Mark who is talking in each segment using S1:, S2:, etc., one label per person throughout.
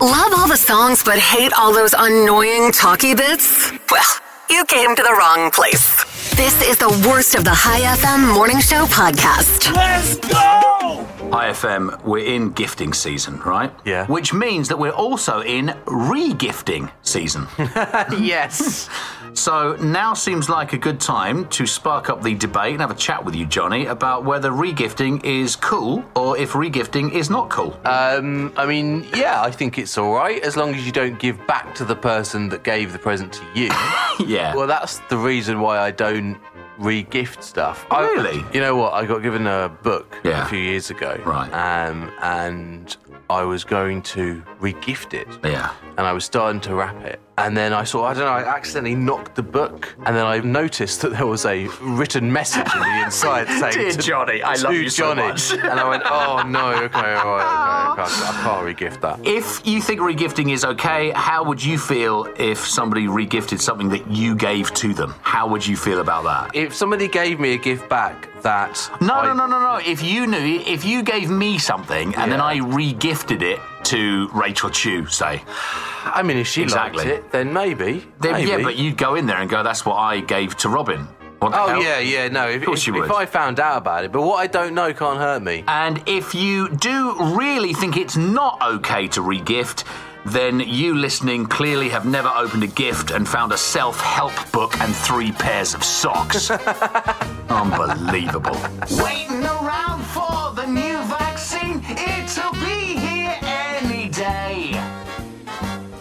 S1: Love all the songs but hate all those annoying talky bits? Well, you came to the wrong place. This is the worst of the High FM Morning Show podcast.
S2: Let's go!
S3: IFM, we're in gifting season, right?
S4: Yeah.
S3: Which means that we're also in re-gifting season.
S4: Yes.
S3: so now seems like a good time to spark up the debate and have a chat with you, Johnny, about whether re-gifting is cool or if re-gifting is not cool.
S4: um, I mean, yeah, I think it's all right as long as you don't give back to the person that gave the present to you.
S3: yeah.
S4: well, that's the reason why I don't re-gift stuff. I-
S3: Really?
S4: you know what? I got given a book
S3: Yeah.
S4: a few years ago.
S3: Right.
S4: Um, and I was going to re-gift it.
S3: yeah.
S4: and I was starting to wrap it. And then I saw, I don't know, I accidentally knocked the book. And then I noticed that there was a written message on the inside saying,
S3: Dear
S4: to,
S3: Johnny, I
S4: to
S3: love you so
S4: Johnny.
S3: much.
S4: and I went, oh no, okay, all right, okay, I can't, I can't re-gift that.
S3: If you think regifting is okay, how would you feel if somebody regifted something that you gave to them? How would you feel about that?
S4: If somebody gave me a gift back that.
S3: No,
S4: I,
S3: no, no, no, no. If you knew, if you gave me something and then
S4: Yeah.
S3: I regifted it to Rachel Chu, say,
S4: I mean, if she
S3: Exactly.
S4: liked it, then maybe.
S3: then
S4: maybe.
S3: yeah, but you'd go in there and go, "That's what I gave to Robin." What the
S4: Oh,
S3: hell?
S4: yeah, yeah, no. If,
S3: course
S4: if,
S3: you would.
S4: if I found out about it, but what I don't know can't hurt me.
S3: And if you do really think it's not okay to regift, then you listening clearly have never opened a gift and found a self help book and three pairs of socks. Unbelievable. Waiting around for the new vaccine, it'll be here any day.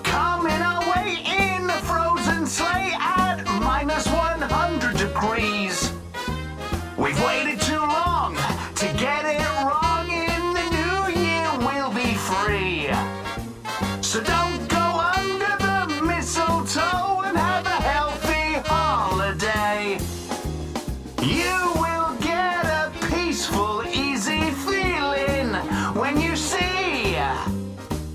S3: Coming our way in a frozen sleigh at minus 100 degrees. We've waited too long to get it wrong. In the new year, we'll be free. So don't go under the mistletoe and have a healthy holiday. You will get a peaceful, easy feeling when you see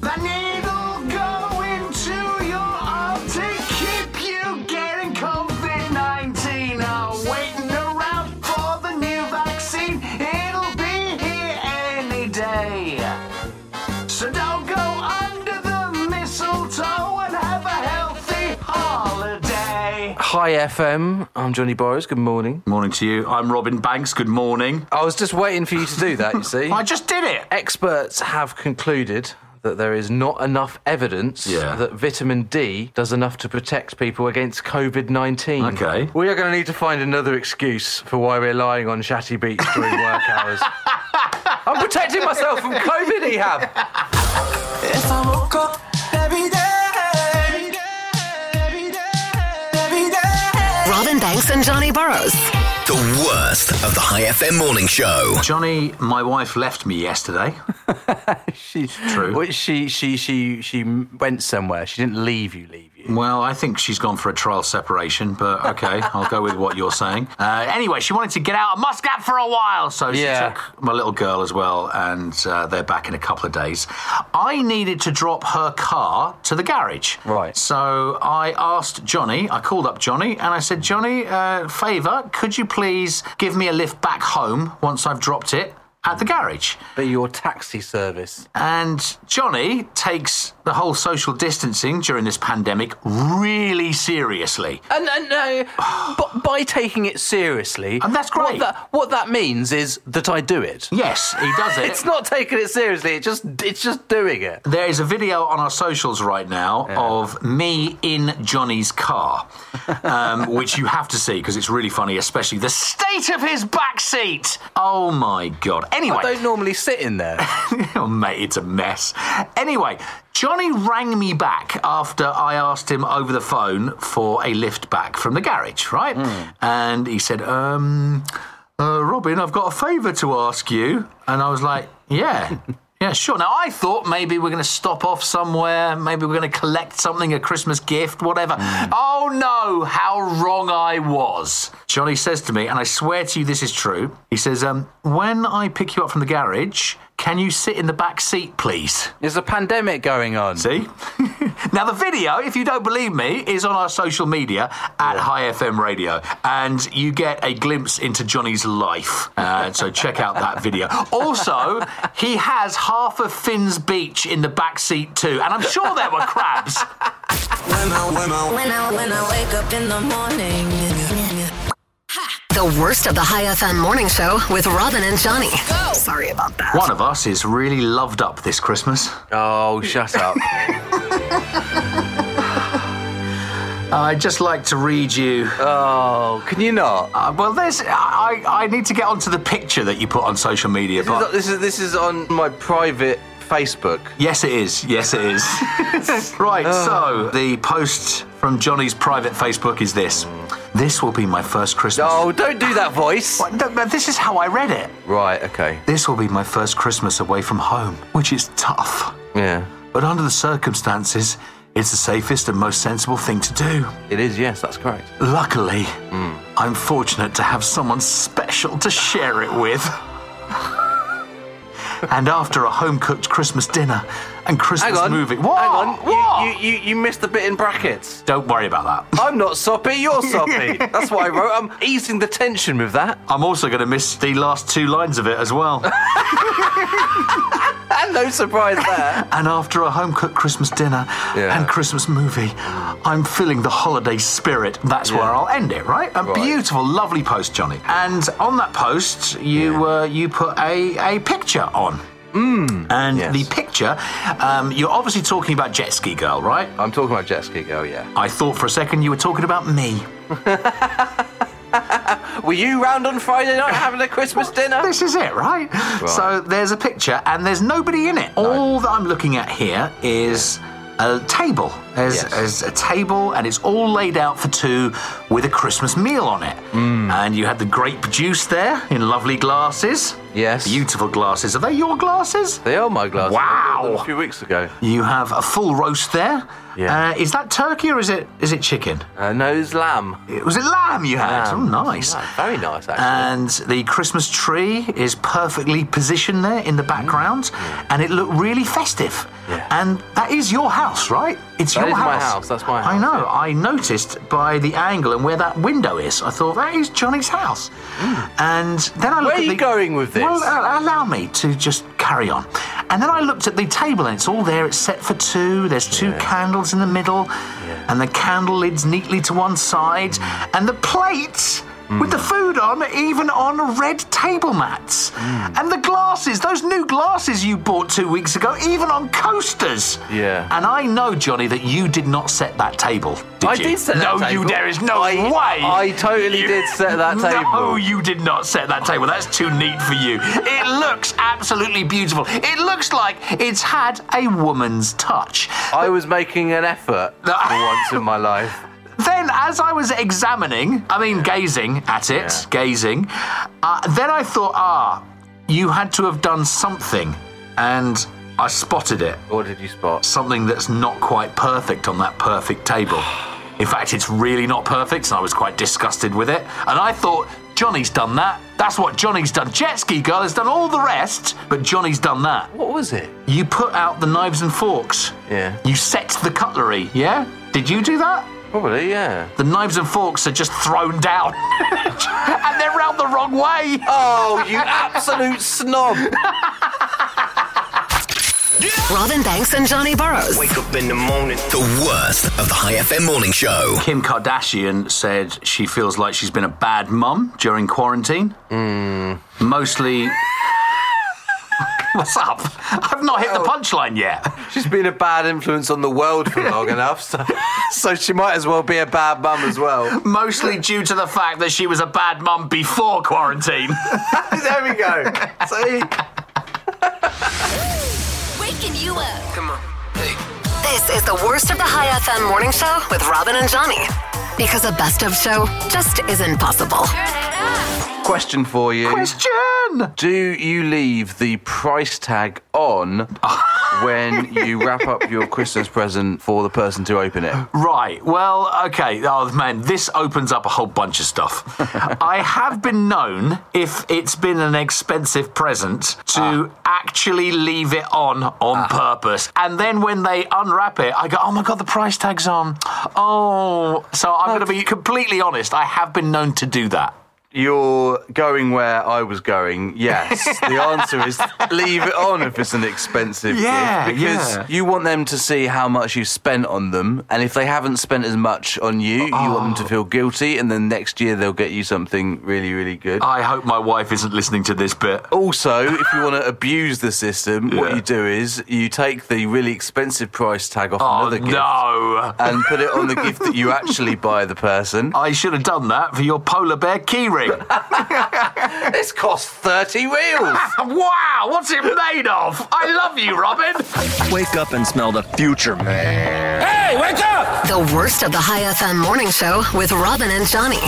S3: the needle go into your arm to keep you getting COVID 19. Oh, waiting around for the new vaccine, it'll be here any day. So don't go under the mistletoe and have a healthy holiday.
S4: Hi, FM. I'm Johnny Borrows. Good morning.
S3: Morning to you. I'm Robin Banks. Good morning.
S4: I was just waiting for you to do that, you see.
S3: I just did it.
S4: Experts have concluded that there is not enough evidence
S3: Yeah.
S4: that vitamin D does enough to protect people against COVID 19.
S3: Okay.
S4: We are going to need to find another excuse for why we're lying on Shatty Beach during work hours. I'm protecting myself from COVID, E Ehab.
S5: If I woke up every day, every day, every day.
S1: Robin Banks and Johnny Burrows.
S6: The worst of the High FM morning show.
S3: Johnny, my wife left me yesterday.
S4: She's
S3: true.
S4: she, she, she, she went somewhere. She didn't leave you, leave you.
S3: Well, I think she's gone for a trial separation, but okay, I'll go with what you're saying. Uh, anyway, she wanted to get out of Muscat for a while, so she
S4: Yeah.
S3: took my little girl as well, and uh, they're back in a couple of days. I needed to drop her car to the garage.
S4: Right.
S3: So I asked Johnny, I called up Johnny, and I said, Johnny, uh, favour, could you please give me a lift back home once I've dropped it at the garage?
S4: But your taxi service.
S3: And Johnny takes the whole social distancing during this pandemic really seriously.
S4: And, and no, but by taking it seriously,
S3: And that's great.
S4: What that, what that means is that I do it.
S3: Yes, he does it.
S4: It's not taking it seriously. It's just it's just doing it.
S3: There is a video on our socials right now of me in Johnny's car, um, which you have to see because it's really funny, especially the state of his back seat. Oh my god! Anyway,
S4: I don't normally sit in there.
S3: oh, mate, it's a mess. Anyway, Johnny rang me back after I asked him over the phone for a lift back from the garage, right? And he said, um, uh, Robin, I've got a favour to ask you. And I was like, yeah. Yeah, sure. Now, I thought maybe we're going to stop off somewhere. Maybe we're going to collect something, a Christmas gift, whatever. Oh, no, how wrong I was. Johnny says to me, and I swear to you this is true. He says, um, When I pick you up from the garage, can you sit in the back seat, please?
S4: There's a pandemic going on.
S3: See? Now, the video, if you don't believe me, is on our social media at High FM Radio, and you get a glimpse into Johnny's life. Uh, so check out that video. Also, he has half of Finn's Beach in the back seat too, and I'm sure there were crabs.
S7: When I, when I,
S8: When I, when I wake up in the morning.
S1: The worst of the High FM morning show with Robin and Johnny. Sorry about that.
S3: One of us is really loved up this Christmas.
S4: Oh, shut up.
S3: I'd just like to read you.
S4: oh, can you not?
S3: Uh, well, there's. I, I need to get onto the picture that you put on social media,
S4: This is-
S3: but.
S4: This is this is on my private Facebook.
S3: Yes, it is. Yes, it is. right,
S4: Ah.
S3: so the post from Johnny's private Facebook is this This will be my first Christmas.
S4: Oh, don't do that voice.
S3: What? No, no, this is how I read it.
S4: Right. Okay.
S3: This will be my first Christmas away from home, which is tough.
S4: Yeah.
S3: But under the circumstances, it's the safest and most sensible thing to do.
S4: It is. Yes, that's correct.
S3: Luckily,
S4: Hmm.
S3: I'm fortunate to have someone special to share it with. and after a home cooked Christmas dinner and Christmas
S4: Hang on.
S3: movie. What?
S4: Hang on. You-
S3: What?
S4: You, you you missed the bit in brackets.
S3: Don't worry about that.
S4: I'm not soppy. You're soppy. that's what I wrote. I'm easing the tension with that.
S3: I'm also going to miss the last two lines of it as well.
S4: And no surprise there.
S3: and after a home cooked Christmas dinner
S4: Yeah.
S3: and Christmas movie, I'm feeling the holiday spirit. That's where I'll end it, right? A
S4: Right.
S3: beautiful, lovely post, Johnny. And on that post, you uh, you put a, a picture on. Mm, and
S4: yes.
S3: the picture, um, you're obviously talking about Jet Ski Girl, right?
S4: I'm talking about jet ski girl. Yeah.
S3: I thought for a second you were talking about me.
S4: Were you round on Friday night having a Christmas dinner?
S3: This is it, right? So there's a picture and there's nobody in it. All that I'm looking at here is a table. There's,
S4: Yes.
S3: there's a table and it's all laid out for two with a Christmas meal on it.
S4: Mm.
S3: And you had the grape juice there in lovely glasses.
S4: Yes.
S3: Beautiful glasses. Are they your glasses?
S4: They are my glasses. I bought them
S3: Wow.
S4: A few weeks ago.
S3: You have a full roast there.
S4: Yeah.
S3: Uh, is that turkey or is it is it chicken?
S4: Uh, no, it's lamb.
S3: It was it lamb you had.
S4: Lamb.
S3: Oh, nice. Uh,
S4: Yeah, Very nice, actually.
S3: And the Christmas tree is perfectly positioned there in the background, and it looked really festive.
S4: Mm. Yeah.
S3: And that is your house, right? It's
S4: That
S3: your
S4: is
S3: house.
S4: my house, that's my
S3: I
S4: house,
S3: know. I noticed by the angle and where that window is. I thought that is Johnny's house. And then I
S4: Mm. Where
S3: looked at
S4: are you
S3: the-
S4: going with this?
S3: Well, uh, allow me to just carry on. And then I looked at the table, and it's all there. It's set for two. There's two candles in the middle, and the candle lids neatly to one side, and the plates with the food on, even on red table mats, and the glasses. Those new glasses you bought two weeks ago, even on coasters.
S4: Yeah.
S3: And I know, Johnny, that you did not set that table. Did
S4: I
S3: you?
S4: did set that
S3: no,
S4: table.
S3: you. There is no
S4: I-
S3: way.
S4: I totally did set that
S3: No,
S4: table.
S3: you did not set that table. That's too neat for you. It looks absolutely beautiful. It looks like it's had a woman's touch.
S4: I was making an effort for
S3: No.
S4: once in my life.
S3: Then, as I was examining, I mean, gazing at it,
S4: Yeah.
S3: gazing, uh, then I thought, ah, you had to have done something. And I spotted it.
S4: What did you spot?
S3: something that's not quite perfect on that perfect table. In fact, it's really not perfect, and I was quite disgusted with it. And I thought, Johnny's done that. That's what Johnny's done. Jet Ski Girl has done all the rest, but Johnny's done that.
S4: What was it?
S3: You put out the knives and forks.
S4: Yeah.
S3: You set the cutlery, yeah? Did you do that?
S4: Probably, yeah.
S3: The knives and forks are just thrown down, and they're round the wrong way.
S4: Oh, you absolute snob!
S1: Robin Banks and Johnny Burrows.
S6: Wake up in the morning. The worst of the High FM morning show.
S3: Kim Kardashian said she feels like she's been a bad mum during quarantine. Mostly. What's up? I've not hit the punchline yet.
S4: She's been a bad influence on the world for long enough, so, so she might as well be a bad mum as well.
S3: Mostly due to the fact that she was a bad mum before quarantine.
S4: there we go. See?
S8: Waking you up.
S1: This is the worst of the High FM morning show with Robin and Johnny. Because a best of show just isn't possible.
S8: Turn it up.
S4: Question for you.
S3: Question!
S4: Do you leave the price tag on when you wrap up your Christmas present for the person to open it?
S3: Right. Well, okay. Oh man, this opens up a whole bunch of stuff. I have been known, if it's been an expensive present, to
S4: Ah.
S3: actually leave it on on purpose. And then when they unwrap it, I go, "Oh my god, the price tag's on." Oh, so I'm going to be completely honest. I have been known to do that.
S4: You're going where I was going. Yes. the answer is leave it on if it's an expensive
S3: Yeah,
S4: gift because
S3: yeah.
S4: you want them to see how much you spent on them, and if they haven't spent as much on you, you want
S3: Oh.
S4: them to feel guilty, and then next year they'll get you something really, really good.
S3: I hope my wife isn't listening to this bit.
S4: Also, if you want to abuse the system, what
S3: Yeah.
S4: you do is you take the really expensive price tag off
S3: Oh
S4: another gift
S3: no!
S4: and put it on the gift that you actually buy the person.
S3: I should have done that for your polar bear keyring.
S4: This costs 30 reals.
S3: wow, what's it made of? I love you, Robin.
S9: Wake up and smell the future, man.
S1: The worst of the High FM morning show with Robin and Johnny.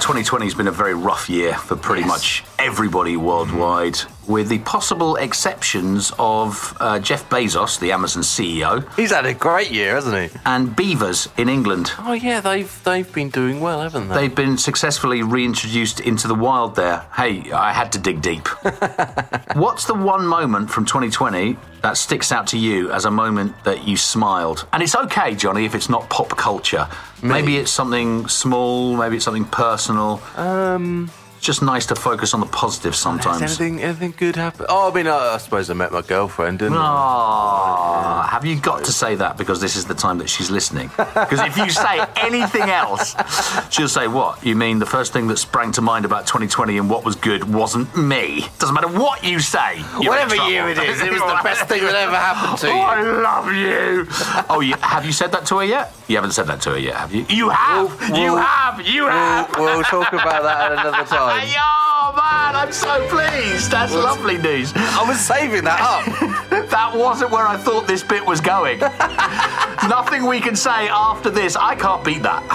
S3: 2020 has been a very rough year for pretty much everybody worldwide, with the possible exceptions of uh, Jeff Bezos, the Amazon CEO,
S4: He's had a great year, hasn't he?
S3: and beavers in England.
S4: Oh yeah, they've they've been doing well, haven't they?
S3: They've been successfully reintroduced into the wild there. Hey, I had to dig deep. What's the one moment from 2020 that sticks out to you as a moment that you smiled? And it's okay, Johnny, if it's not pop culture. Maybe it's something small, maybe it's something personal. Um, it's just nice to focus on the positive
S4: Has
S3: sometimes.
S4: anything anything good happen? Oh, I mean, I, I suppose I met my girlfriend, didn't I?
S3: Ah, have you got to say that because this is the time that she's listening? Because if you say anything else, she'll say, What? You mean the first thing that sprang to mind about 2020 and what was good wasn't me? Doesn't matter what you say. you're in
S4: Whatever
S3: trouble.
S4: year it is, it was the best thing that ever happened to
S3: Oh,
S4: you.
S3: I love you. Oh, you, have you said that to her yet? You haven't said that to her yet, have you? You have.
S4: Well,
S3: you
S4: well,
S3: have. You have.
S4: We'll, we'll talk about that at another time.
S3: Oh, man, I'm so pleased. That's lovely news.
S4: I was saving that up.
S3: that wasn't where I thought this bit was going. Nothing we can say after this. I can't beat that.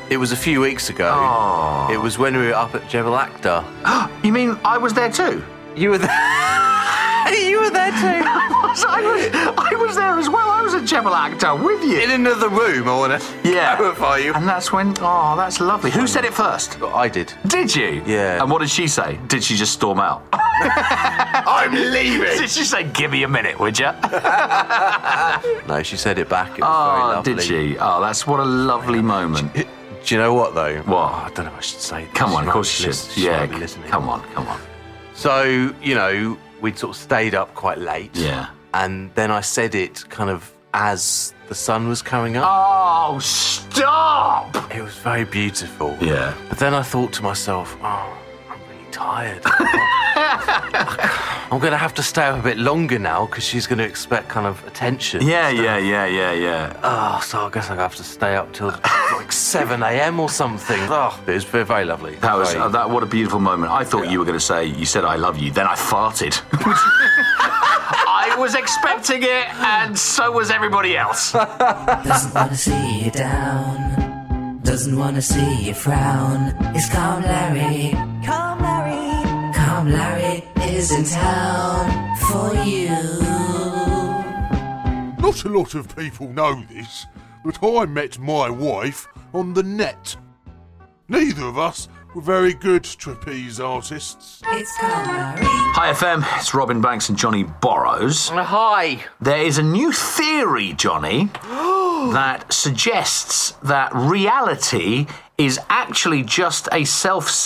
S4: It was a few weeks ago. It was when we were up at Jebel Akhtar.
S3: You mean I was there too?
S4: You were there. you were there too.
S3: I was, I was, I was there as well. I was at Jebel Akhtar with
S4: In
S3: you.
S4: another room, I want to
S3: Yeah.
S4: clarify you.
S3: And that's when. Oh, that's lovely. Who said it first?
S4: I did.
S3: Did you?
S4: Yeah.
S3: And what did she say? Did she just storm out?
S4: I'm leaving.
S3: did she say, "Give me a minute, would you?"
S4: No, she said it back. It was very
S3: Oh,
S4: lovely.
S3: did she? Oh, that's what a lovely moment.
S4: Do you know what though? Oh,
S3: What?
S4: I don't know. if I should say. This.
S3: Come on,
S4: She
S3: of
S4: might
S3: course
S4: be
S3: you
S4: lis-
S3: should.
S4: she
S3: Yeah.
S4: might be listening.
S3: Come on, come on.
S4: So you know, we'd sort of stayed up quite late.
S3: Yeah.
S4: And then I said it kind of as the sun was coming up.
S3: Oh, stop!
S4: It was very beautiful.
S3: Ah. Yeah.
S4: But then I thought to myself, oh, I'm really tired. I'm going to have to stay up a bit longer now because she's going to expect kind of attention.
S3: Yeah, yeah, yeah, yeah, yeah.
S4: Oh, so I guess I have to stay up till like 7 a.m. or something. Oh, it was very, very lovely.
S3: That was
S4: Very-
S3: uh, that. What a beautiful moment! I thought you were going to say you said I love you, then I farted. I was expecting it, and so was everybody else.
S10: Doesn't wanna see you down. Doesn't wanna see you frown. It's Calm Larry. Calm Larry. Calm Larry is in town for you.
S11: Not a lot of people know this, but I met my wife on the net. Neither of us were very good trapeze artists.
S10: It's Calm Larry.
S3: Hi FM, it's Robin Banks and Johnny Borrows.
S4: Hi.
S3: There is a new theory, Johnny, that suggests that reality is actually just a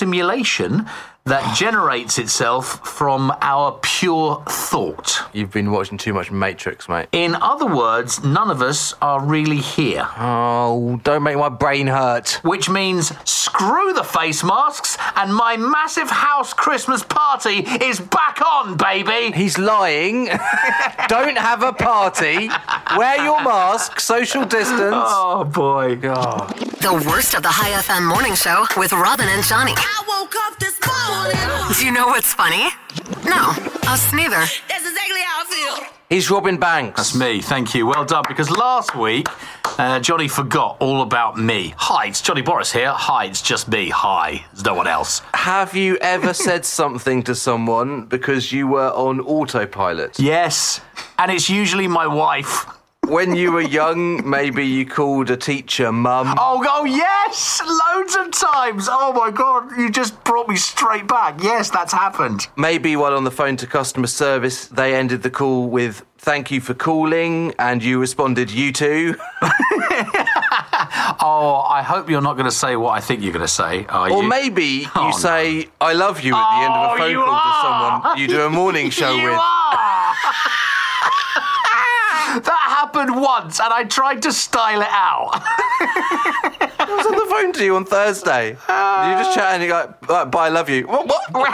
S3: self-simulation that generates itself from our pure thought.
S4: You've been watching too much Matrix, mate.
S3: In other words, none of us are really here.
S4: Oh, don't make my brain hurt.
S3: which means screw the face masks and my massive house Christmas party is back on, baby.
S4: He's lying. don't have a party. Wear your mask, social distance.
S3: Oh boy.
S1: The worst of the High FM morning show with Robin and Johnny.
S8: I woke up this morning.
S1: Do you know what's funny? No, us neither.
S8: That's exactly how I feel.
S4: He's Robin Banks.
S3: That's me. Thank you. Well done. Because last week, uh, Johnny forgot all about me. Hi, it's Johnny Boris here. Hi, it's just me. Hi, there's no one else.
S4: Have you ever said something to someone because you were on autopilot?
S3: Yes, and it's usually my wife.
S4: When you were young, maybe you called a teacher mum.
S3: Oh, oh yes, loads of times. Oh my god, you just brought me straight back. Yes, that's happened.
S4: Maybe while on the phone to customer service, they ended the call with "Thank you for calling," and you responded, "You too."
S3: Oh, I hope you're not going to say what I think you're going to say. Are
S4: Or
S3: you?
S4: maybe
S3: Oh,
S4: you
S3: no.
S4: say "I love you" at the end of
S3: Oh,
S4: a phone
S3: you
S4: call
S3: are.
S4: to someone you do a morning show
S3: you
S4: with.
S3: are. that happened once, and I tried to style it out.
S4: I was on the phone to you on Thursday. and you just chatting. You're like, "Uh, "Bye, I love you." What? what?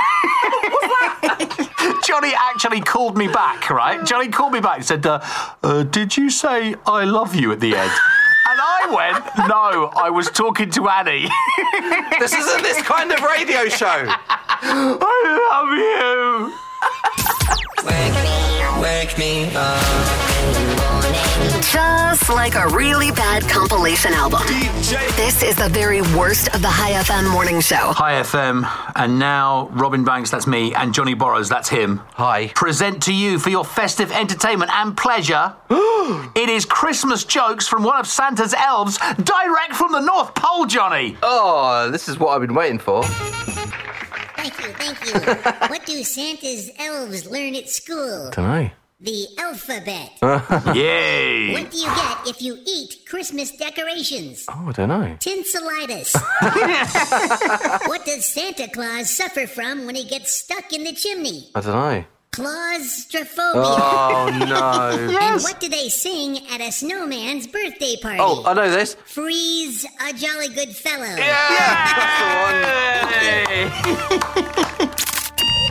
S3: Johnny actually called me back, right? Johnny called me back and said, uh, uh, Did you say I love you at the end? And I went, No, I was talking to Annie.
S4: this isn't this kind of radio show.
S3: I love you.
S7: Wake me up.
S1: Just like a really bad compilation album. This is the very worst of the High FM morning show.
S3: Hi, FM. And now, Robin Banks, that's me, and Johnny Borrows, that's him.
S4: Hi.
S3: Present to you for your festive entertainment and pleasure. it is Christmas jokes from one of Santa's elves, direct from the North Pole, Johnny.
S4: Oh, this is what I've been waiting for.
S12: Thank you, thank you. what do Santa's elves learn at school?
S4: Dunno.
S12: The alphabet.
S3: Yay!
S12: What do you get if you eat Christmas decorations?
S4: Oh, I don't know.
S12: Tinselitis. what does Santa Claus suffer from when he gets stuck in the chimney?
S4: I don't know.
S12: Claustrophobia.
S4: Oh no.
S12: And what do they sing at a snowman's birthday party?
S4: Oh, I know this.
S12: Freeze a jolly good fellow.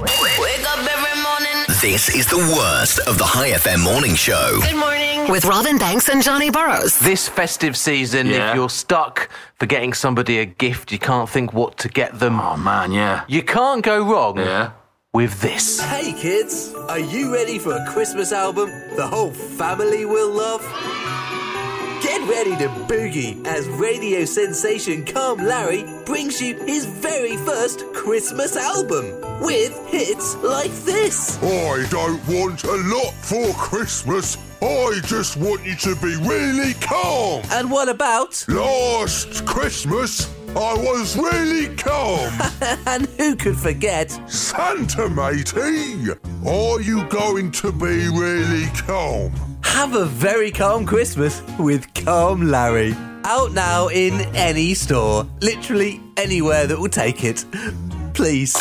S8: Wake up every morning.
S6: This is the worst of the High FM morning show.
S8: Good morning.
S1: With Robin Banks and Johnny Burrows.
S4: This festive season,
S3: Yeah.
S4: if you're stuck for getting somebody a gift, you can't think what to get them.
S3: Oh, man, yeah.
S4: You can't go wrong
S3: Yeah.
S4: with this.
S13: Hey kids, are you ready for a Christmas album the whole family will love? Get ready to boogie as radio sensation Calm Larry brings you his very first Christmas album with hits like this.
S11: I don't want a lot for Christmas. I just want you to be really calm.
S13: And what about?
S11: Last Christmas, I was really calm.
S13: And who could forget?
S11: Santa matey, are you going to be really calm?
S13: Have a very calm Christmas with Calm Larry. Out now in any store, literally anywhere that will take it. Please.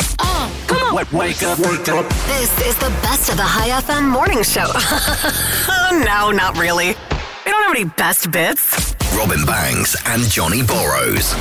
S7: Wake up, wake up.
S1: This is the best of the High FM morning show. no, not really. We don't have any best bits.
S6: Robin Banks and Johnny Borrows.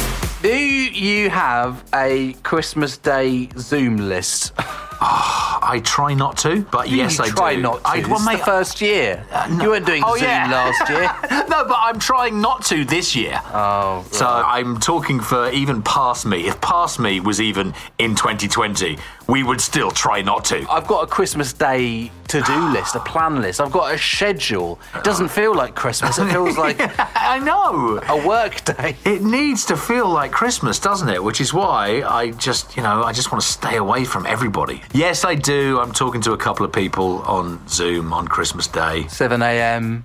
S4: Do you have a Christmas Day Zoom list?
S3: I try not to, but yes,
S4: you
S3: I
S4: try
S3: do.
S4: not to.
S3: I, well,
S4: It's the
S3: mate,
S4: first year. You weren't doing
S3: Oh,
S4: Zoom
S3: yeah.
S4: last year.
S3: no, but I'm trying not to this year.
S4: Oh,
S3: So I'm talking for even past me. If past me was even in 2020, we would still try not to.
S4: I've got a Christmas Day to do list, a plan list. I've got a schedule. It doesn't feel like Christmas. It feels like
S3: I know.
S4: a work day.
S3: It needs to feel like Christmas, doesn't it? Which is why I just, you know, I just want to stay away from everybody. Yes, I do. I'm talking to a couple of people on Zoom on Christmas Day.
S4: 7 a.m.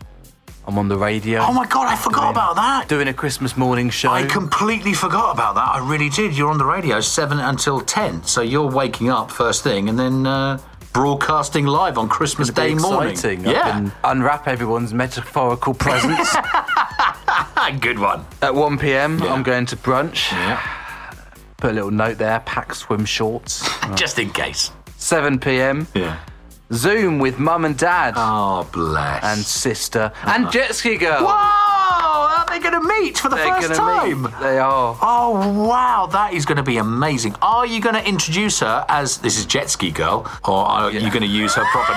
S4: I'm on the radio.
S3: Oh my God, I forgot about that.
S4: Doing a Christmas morning show.
S3: I completely forgot about that. I really did. You're on the radio seven until ten, so you're waking up first thing and then uh, broadcasting live on Christmas
S4: It's gonna
S3: Day
S4: be
S3: morning.
S4: exciting. I
S3: Yeah,
S4: can unwrap everyone's metaphorical presents.
S3: good one.
S4: At 1 p.m.,
S3: Yeah.
S4: I'm going to brunch.
S3: Yeah,
S4: Put a little note there pack swim shorts.
S3: just in case.
S4: 7 p.m.,
S3: Yeah.
S4: Zoom with mum and dad
S3: Oh bless.
S4: and sister and jet ski girl.
S3: whoa, are they going to meet for Uh-huh. the
S4: They're
S3: 1st
S4: gonna
S3: time?
S4: meet. They are.
S3: Oh wow, that is going to be amazing. Are you going to introduce her as this is Jet Ski Girl, or are you going to use her proper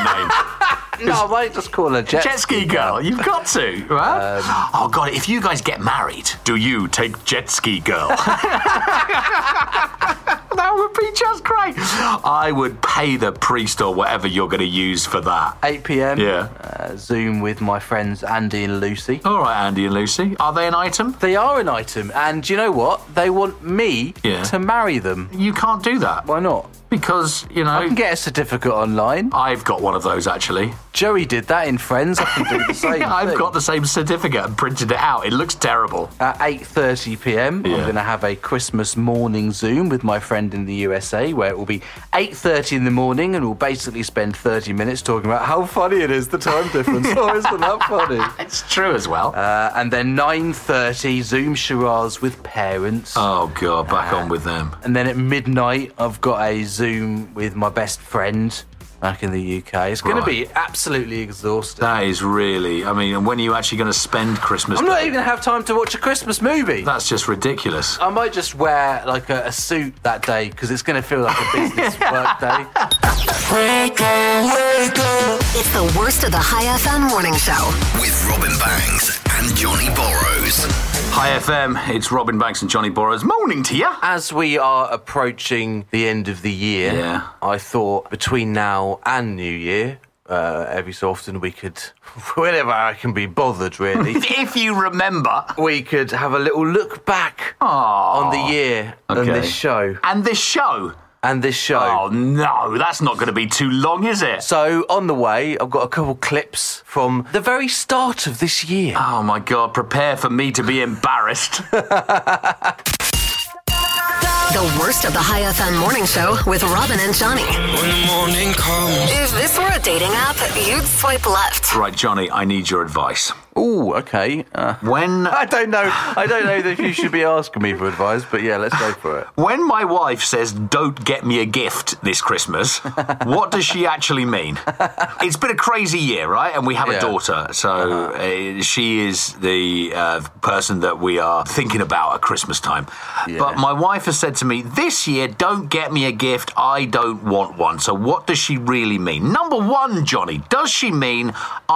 S3: name?
S4: No, I might just call her jet,
S3: jet ski girl. You've got to, right?
S4: Um,
S3: oh god, if you guys get married, do you take jet ski girl? that would be just great. I would pay the priest or whatever you're going to use for that.
S4: 8 p.m.
S3: Yeah.
S4: Uh, Zoom with my friends Andy and Lucy.
S3: All right, Andy and Lucy. Are they an item?
S4: They are an item. And you know what? They want me
S3: Yeah.
S4: to marry them.
S3: You can't do that.
S4: Why not?
S3: Because, you know.
S4: I can get a certificate online.
S3: I've got one of those actually.
S4: Joey did that in Friends. I can do the same.
S3: I've
S4: thing.
S3: got the same certificate and printed it out. It looks terrible.
S4: At 8:30 p.m., I'm
S3: Yeah.
S4: going to have a Christmas morning Zoom with my friend in the USA, where it will be 8:30 in the morning, and we'll basically spend 30 minutes talking about how funny it is the time difference. oh, isn't that funny?
S3: It's true as well.
S4: Uh, and then 9:30 Zoom charades with parents.
S3: oh god, back on with them.
S4: And then at midnight, I've got a Zoom with my best friend back in the UK. It's going
S3: Right.
S4: to be absolutely exhausting.
S3: That is really. I mean, and when are you actually going to spend Christmas?
S4: I'm not even going to have time to watch a Christmas movie.
S3: That's just ridiculous.
S4: I might just wear like a, a suit that day because it's going to feel like a business work day.
S1: It's the worst of the High FM morning show.
S6: With Robin Banks and Johnny Borrows.
S3: Hi FM, it's Robin Banks and Johnny Borrows. Morning to you.
S4: As we are approaching the end of the year,
S3: Yeah.
S4: I thought between now and New Year, uh, every so often we could, whenever I can be bothered, really,
S3: If you remember,
S4: we could have a little look back on the year and
S3: Okay.
S4: this show
S3: and this show.
S4: and this show.
S3: Oh no, that's not going to be too long, is it?
S4: So on the way, I've got a couple clips from the very start of this year.
S3: Oh my god, prepare for me to be embarrassed.
S1: The worst of the High FM morning show with Robin and Johnny.
S7: When the morning comes.
S1: If this were a dating app, you'd swipe left.
S3: right, Johnny, I need your advice.
S4: Oh, okay. Uh,
S3: When
S4: I don't know. I don't know if you should be asking me for advice, but yeah, let's go for it.
S3: when my wife says don't get me a gift this Christmas, what does she actually mean? It's been a crazy year, right? And we have
S4: Yeah.
S3: a daughter, so uh, she is the uh, person that we are thinking about at Christmas time. But my wife has said to me, "This year don't get me a gift. I don't want one." So what does she really mean? Number 1, Johnny, does she mean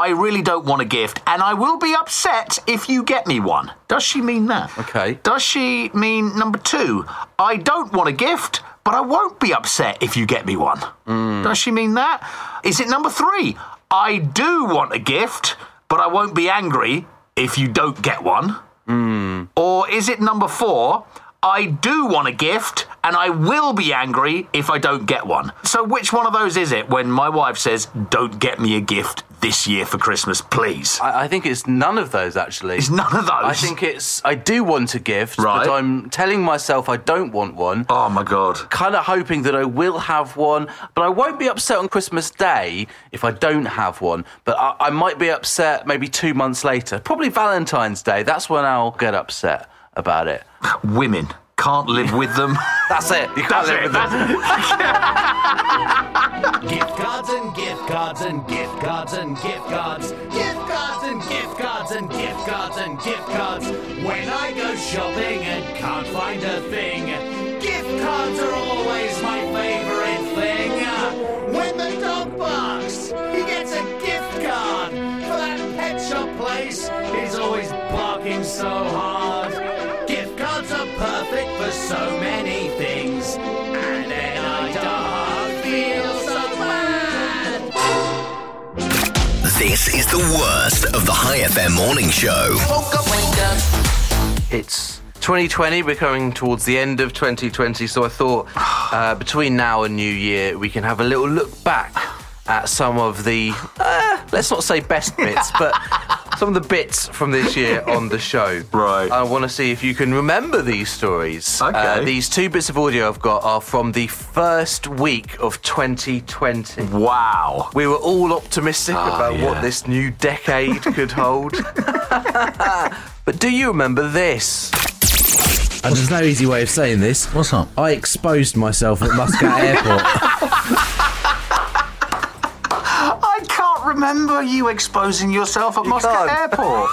S3: I really don't want a gift and I will be upset if you get me one? Does she mean that?
S4: Okay.
S3: Does she mean number two? I don't want a gift, but I won't be upset if you get me one. Does she mean that? Is it number three? I do want a gift, but I won't be angry if you don't get one. Or is it number four? I do want a gift, and I will be angry if I don't get one. So, which one of those is it when my wife says, Don't get me a gift this year for Christmas, please?
S4: I, I think it's none of those actually.
S3: It's none of those.
S4: I think it's. I do want a gift,
S3: Right.
S4: but I'm telling myself I don't want one.
S3: Oh my God.
S4: Kind of hoping that I will have one, but I won't be upset on Christmas Day if I don't have one. But I, I might be upset maybe two months later, probably Valentine's Day. That's when I'll get upset about it.
S3: Women. Can't live with them.
S4: That's it. You can't
S3: That's
S4: live
S3: it,
S4: with
S3: that's
S4: it.
S14: Gift cards and gift cards and gift cards and gift cards. Gift cards and gift cards and gift cards and gift cards. When I go shopping and can't find a thing, gift cards are always my favorite thing. When the dog barks, he gets a gift card. For that pet shop place, he's always barking so hard. Gift cards are perfect for so many things. And then I don't feel so bad.
S6: This is the worst of the High FM morning show.
S4: It's 2020. We're coming towards the end of 2020, so I thought uh, between now and New Year we can have a little look back at some of the uh, let's not say best bits, but some of the bits from this year on the show.
S3: Right.
S4: I want to see if you can remember these stories. Uh,
S3: Okay.
S4: these two bits of audio I've got are from the first week of 2020.
S3: Wow.
S4: We were all optimistic
S15: Ah,
S4: about
S3: yeah.
S4: what this new decade could hold. but do you remember this?
S15: And there's no easy way of saying this. What's up? I exposed myself at Muscat Airport.
S3: I can't remember you exposing yourself at Moscow
S4: can't.
S3: Airport.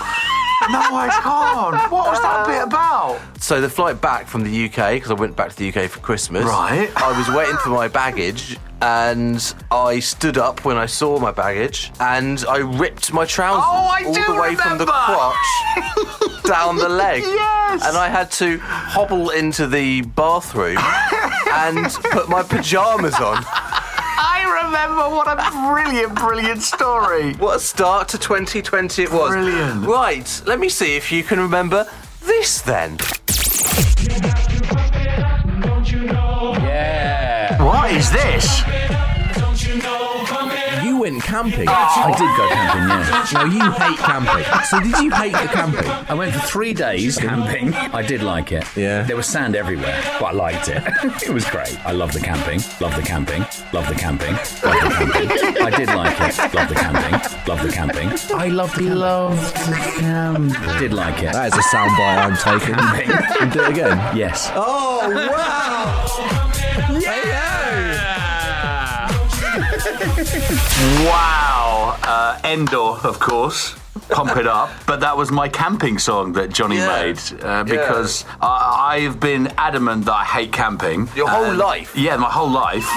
S3: no, I can't. What was that bit about?
S4: So the flight back from the UK, because I went back to the UK for Christmas.
S3: Right.
S4: I was waiting for my baggage. and I stood up when I saw my baggage, and I ripped my trousers
S14: Oh, I
S4: all
S14: do
S4: the way from
S14: remember.
S4: the crotch down the leg.
S14: Yes.
S4: And I had to hobble into the bathroom and put my pajamas on.
S3: I remember what a brilliant, brilliant story.
S4: What a start to 2020 it was. Brilliant. Right, let me see if you can remember this then.
S15: Yeah.
S3: What is this?
S15: You went
S4: Oh.
S15: camping. I did go camping, yeah. Now, you hate camping. So, did you hate the camping?
S16: I went for three days camping. I did like it. Yeah. There was sand everywhere, but I liked it. It was great. I love the camping. Love the camping. Love the camping. Love the camping. I did like it. Love the camping. Love the camping.
S15: I loved the
S16: I did like it.
S15: That is a soundbite I'm taking. Can you do it again?
S16: Yes.
S14: Oh, wow!
S3: Wow. Uh, Endor, of course. Pump it up. But that was my camping song that Johnny
S4: Yeah.
S3: made uh, because I, I've been adamant that I hate camping.
S4: Your whole life?
S3: Yeah, my whole life.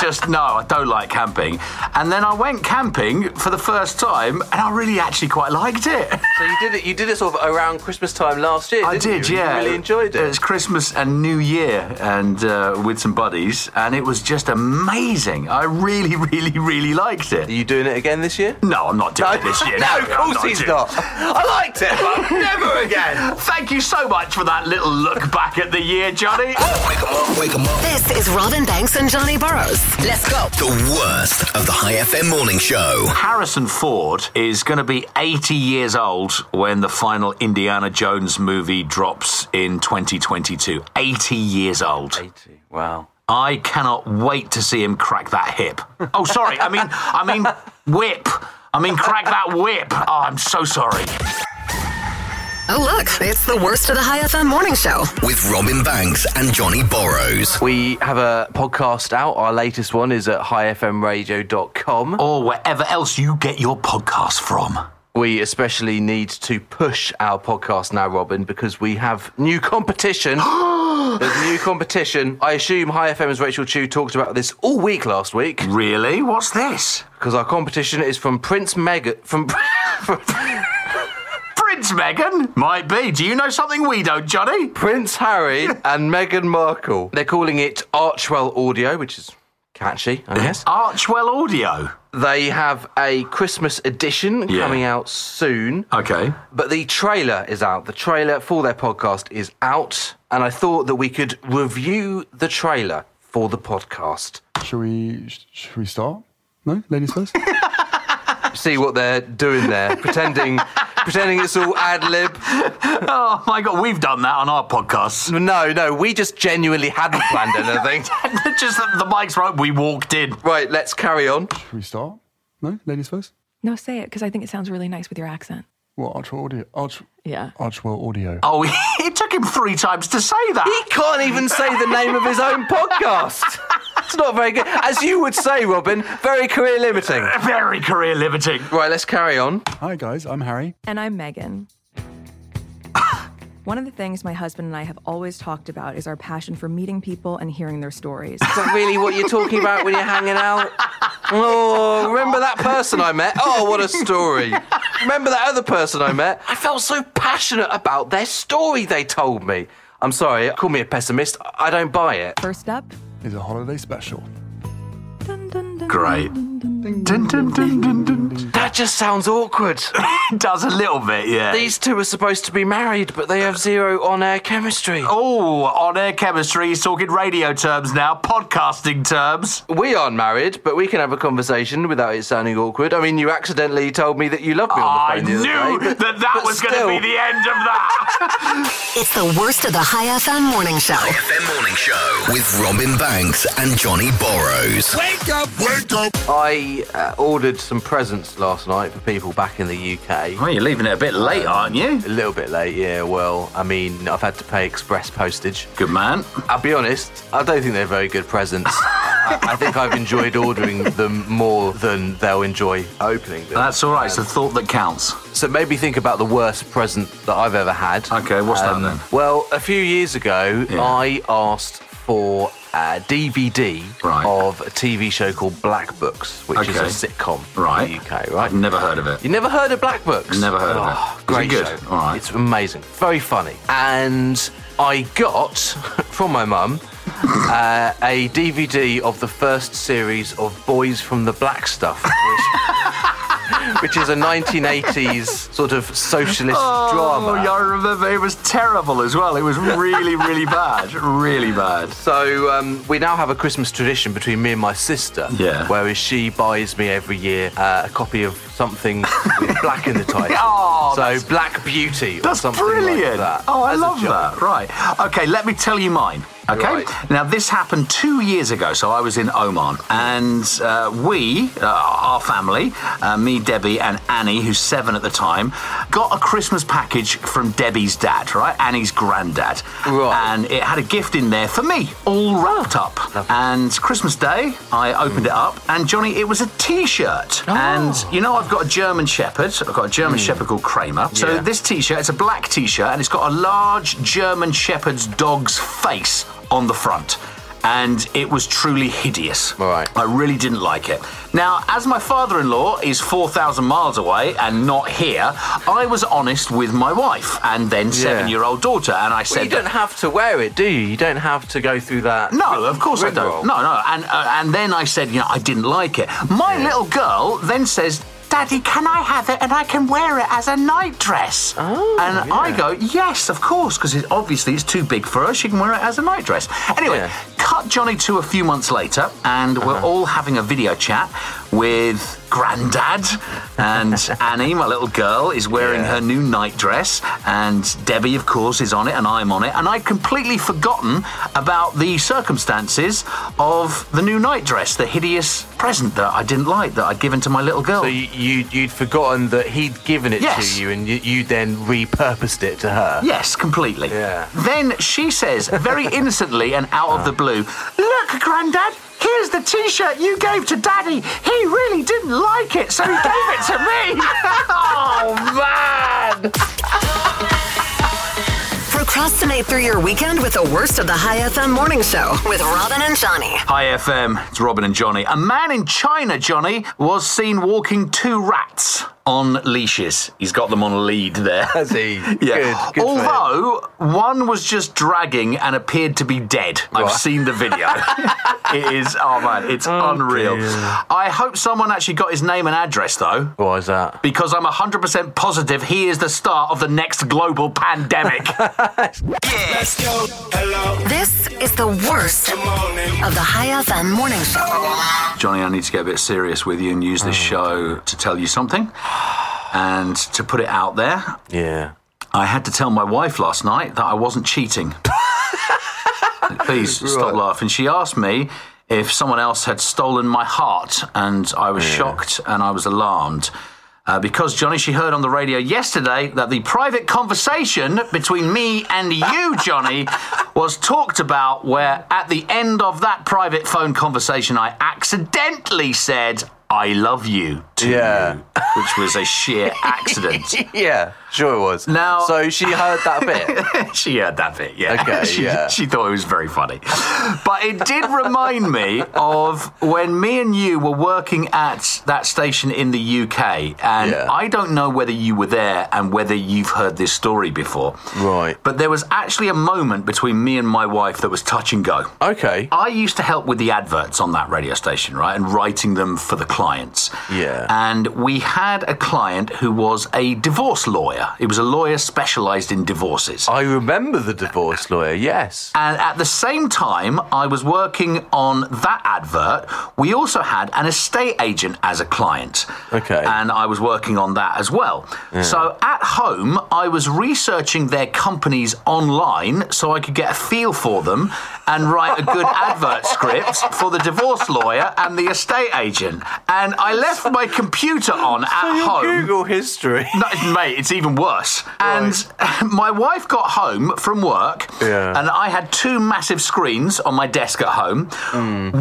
S3: Just no, I don't like camping. And then I went camping for the first time and I really actually quite liked it.
S4: So you did it. You did it sort of around Christmas time last year.
S3: I
S4: didn't
S3: did,
S4: you? You
S3: yeah.
S4: really enjoyed it.
S3: It's Christmas and New Year, and uh, with some buddies, and it was just amazing. I really, really, really liked it. Are
S4: you doing it again this year?
S3: No, I'm not doing it this year.
S4: No, of
S3: I'm
S4: course he's
S3: doing it.
S4: not. I liked it, but never again.
S3: Thank you so much for that little look back at the year, Johnny.
S1: This is Robin Banks and Johnny Burrows. Let's go.
S6: The worst of the High FM morning show.
S3: Harrison Ford is going to be 80 years old when the final Indiana Jones movie drops in 2022. 80 years old. 80.
S4: Wow.
S3: I cannot wait to see him crack that hip. Oh, sorry. I mean, I mean, whip. I mean, crack that whip. Oh, I'm so sorry.
S1: Oh, look, it's the worst of the High FM morning show.
S6: With Robin Banks and Johnny Borrows.
S4: We have a podcast out. Our latest one is at highfmradio.com.
S3: Or wherever else you get your podcast from.
S4: We especially need to push our podcast now, Robin, because we have new competition. There's new competition. I assume High FM's Rachel Chu talked about this all week last week.
S3: Really? What's this?
S4: Because our competition is from Prince Mega from
S3: Prince Megan? Might be. Do you know something we don't, Johnny?
S4: Prince Harry and Meghan Markle. They're calling it Archwell Audio, which is catchy, I guess.
S3: Uh, Archwell Audio.
S4: They have a Christmas edition
S3: Yeah.
S4: coming out soon.
S3: Okay.
S4: But the trailer is out. The trailer for their podcast is out. And I thought that we could review the trailer for the podcast.
S17: Should we sh- should we start? No, ladies first.
S4: See what they're doing there, pretending pretending it's all ad lib.
S3: Oh my god, we've done that on our podcasts.
S4: No, no, we just genuinely hadn't planned anything.
S3: just that the mic's right, we walked in.
S4: Right, let's carry on.
S17: Should we start? No, ladies first.
S18: No, say it because I think it sounds really nice with your accent.
S17: What Archwell Audio? Arch
S18: Yeah.
S17: Archwell Audio.
S3: Oh, it took him three times to say that.
S4: He can't even say the name of his own podcast. It's not very good. As you would say, Robin, very career limiting.
S3: Very career limiting.
S4: Right, let's carry on.
S17: Hi guys, I'm Harry.
S18: And I'm Megan. One of the things my husband and I have always talked about is our passion for meeting people and hearing their stories.
S4: Is that really what you're talking about when you're hanging out? Oh, remember that person I met? Oh, what a story. Remember that other person I met? I felt so passionate about their story they told me. I'm sorry, call me a pessimist. I don't buy it.
S18: First up,
S17: Is a holiday special.
S3: Great.
S4: That just sounds awkward.
S3: it does a little bit, yeah.
S4: These two are supposed to be married, but they have zero on air chemistry.
S3: Oh, on air chemistry, he's talking radio terms now, podcasting terms.
S4: We aren't married, but we can have a conversation without it sounding awkward. I mean, you accidentally told me that you loved me on the phone. the other
S3: Knew
S4: day, but-
S3: that that
S4: but
S3: was going to
S4: still.
S3: be the end of that.
S1: It's the worst of the High FM morning show.
S6: FM morning show. With Robin Banks and Johnny Borrows.
S7: Wake up, wake up.
S4: I uh, ordered some presents last night for people back in the UK.
S3: Well, you're leaving it a bit late, aren't you? A
S4: little bit late, yeah. Well, I mean, I've had to pay express postage.
S3: Good man.
S4: I'll be honest, I don't think they're very good presents. I, I think I've enjoyed ordering them more than they'll enjoy opening them.
S3: That's all right, it's the thought that counts.
S4: So maybe think about the worst present that I've ever had. Um,
S3: Okay, what's that then?
S4: Well, a few years ago, I asked for a DVD of a TV show called Black Books, which is a
S19: Okay.
S4: sitcom
S19: Right.
S4: in the UK, right?
S19: Never heard of it.
S4: You never heard of Black Books?
S19: Never heard of it.
S4: Oh,
S19: Is it
S4: Great
S19: good?
S4: show. All right. It's amazing. Very funny. And I got from my mum uh, a DVD of the first series of Boys from the Black Stuff, which, which is a 1980s sort of socialist
S3: oh,
S4: drama.
S3: yeah, I remember it was terrible as well. It was really, really bad. Really bad.
S4: So um, we now have a Christmas tradition between me and my sister.
S3: Yeah.
S4: Whereas she buys me every year uh, a copy of something with black in the title.
S3: Oh,
S4: so Black Beauty or
S3: That's
S4: something
S3: brilliant.
S4: like that.
S3: Oh, I
S4: As a
S3: love
S4: joke.
S3: that. Right. Okay, let me tell you mine. Okay. Now, this happened two years ago. So I was in Oman, and uh, we, uh, our family, uh, me, Debbie, and Annie, who's seven at the time, got a Christmas package from Debbie's dad, right? Annie's granddad. Right. And it had a gift in there for me, all wrapped up. And Christmas Day, I opened it up, and Johnny, it was a t shirt.
S4: Oh.
S3: And you know, I've got a German Shepherd. I've got a
S4: Hmm.
S3: German Shepherd called Kramer. So
S19: Yeah.
S3: this this t-shirt it's a black t-shirt and it's got a large german shepherd's dog's face on the front and it was truly hideous. All right. I really didn't like it. Now, as my father in law is 4,000 miles away and not here, I was honest with my wife and then
S4: Yeah.
S3: seven year old daughter. And I
S4: Well,
S3: said,
S4: you don't have to wear it, do you? You don't have to go through that.
S3: No, of course I
S4: ring roll.
S3: don't. No, no. And uh, and then I said, you know, I didn't like it. My little girl then says, Daddy, can I have it and I can wear it as a nightdress? Oh, and I go, yes, of course, because it, obviously it's too big for her. She can wear it as a nightdress. Anyway, cut Johnny to a few months later, and
S4: Uh-huh.
S3: we're all having a video chat with Grandad, and Annie, my little girl, is wearing her new nightdress, and Debbie, of course, is on it, and I'm on it, and I'd completely forgotten about the circumstances of the new nightdress, the hideous present that I didn't like that I'd given to my little girl.
S4: So you, you you'd forgotten that he'd given it
S3: Yes.
S4: to you, and you, you then repurposed it to her.
S3: Yes, completely.
S4: Yeah.
S3: Then she says, very innocently and out of the blue, Look, Grandad, here's the t shirt you gave to Daddy. He really didn't like it, so he gave it to me. oh, man.
S1: Procrastinate through your weekend with the worst of the High FM morning show with Robin and Johnny.
S3: Hi, FM. It's Robin and Johnny. A man in China, Johnny, was seen walking two rats on leashes. He's got them on a lead there. Has
S4: he?
S3: yeah.
S4: Good- good for him.
S3: Although one was just dragging and appeared to be dead. I've
S4: Right.
S3: seen the video. it is, oh man, it's unreal. I hope someone actually got his name and address, though.
S4: Why is that?
S3: Because I'm 100% positive he is the start of the next global pandemic.
S1: Let's go. Hello. This is the worst of the High FM morning show.
S3: Johnny, I need to get a bit serious with you and use this show to tell you something and to put it out there.
S4: Yeah.
S3: I had to tell my wife last night that I wasn't cheating. Please stop laughing. She asked me if someone else had stolen my heart, and I was shocked and I was alarmed. Uh, because Johnny, she heard on the radio yesterday that the private conversation between me and you, Johnny, was talked about. Where at the end of that private phone conversation, I accidentally said, "I love you" to you, which was a sheer accident.
S4: yeah, sure it was.
S3: Now-
S4: so she heard that bit.
S3: she heard that bit, yeah.
S4: Okay,
S3: she,
S4: yeah.
S3: she thought it was very funny. But it did remind me of when me and you were working at that station in the UK. And
S4: Yeah.
S3: I don't know whether you were there and whether you've heard this story before.
S4: Right.
S3: But there was actually a moment between me and my wife that was touch and go.
S4: Okay.
S3: I used to help with the adverts on that radio station, right? And writing them for the clients.
S4: Yeah.
S3: And we had a client who was a divorce lawyer. He was a lawyer specialized in divorces.
S4: I remember the divorce lawyer. Yes.
S3: And at the same time, I was working on that advert. We also had an estate agent as a client.
S4: Okay.
S3: And I was working on that as well. So at home, I was researching their companies online so I could get a feel for them and write a good advert script for the divorce lawyer and the estate agent. And I left my computer on at
S4: Your
S3: home.
S4: Google history.
S3: No, mate, it's even worse. And my wife got home from work,
S4: Yeah.
S3: and I had two massive screens on my desk at home.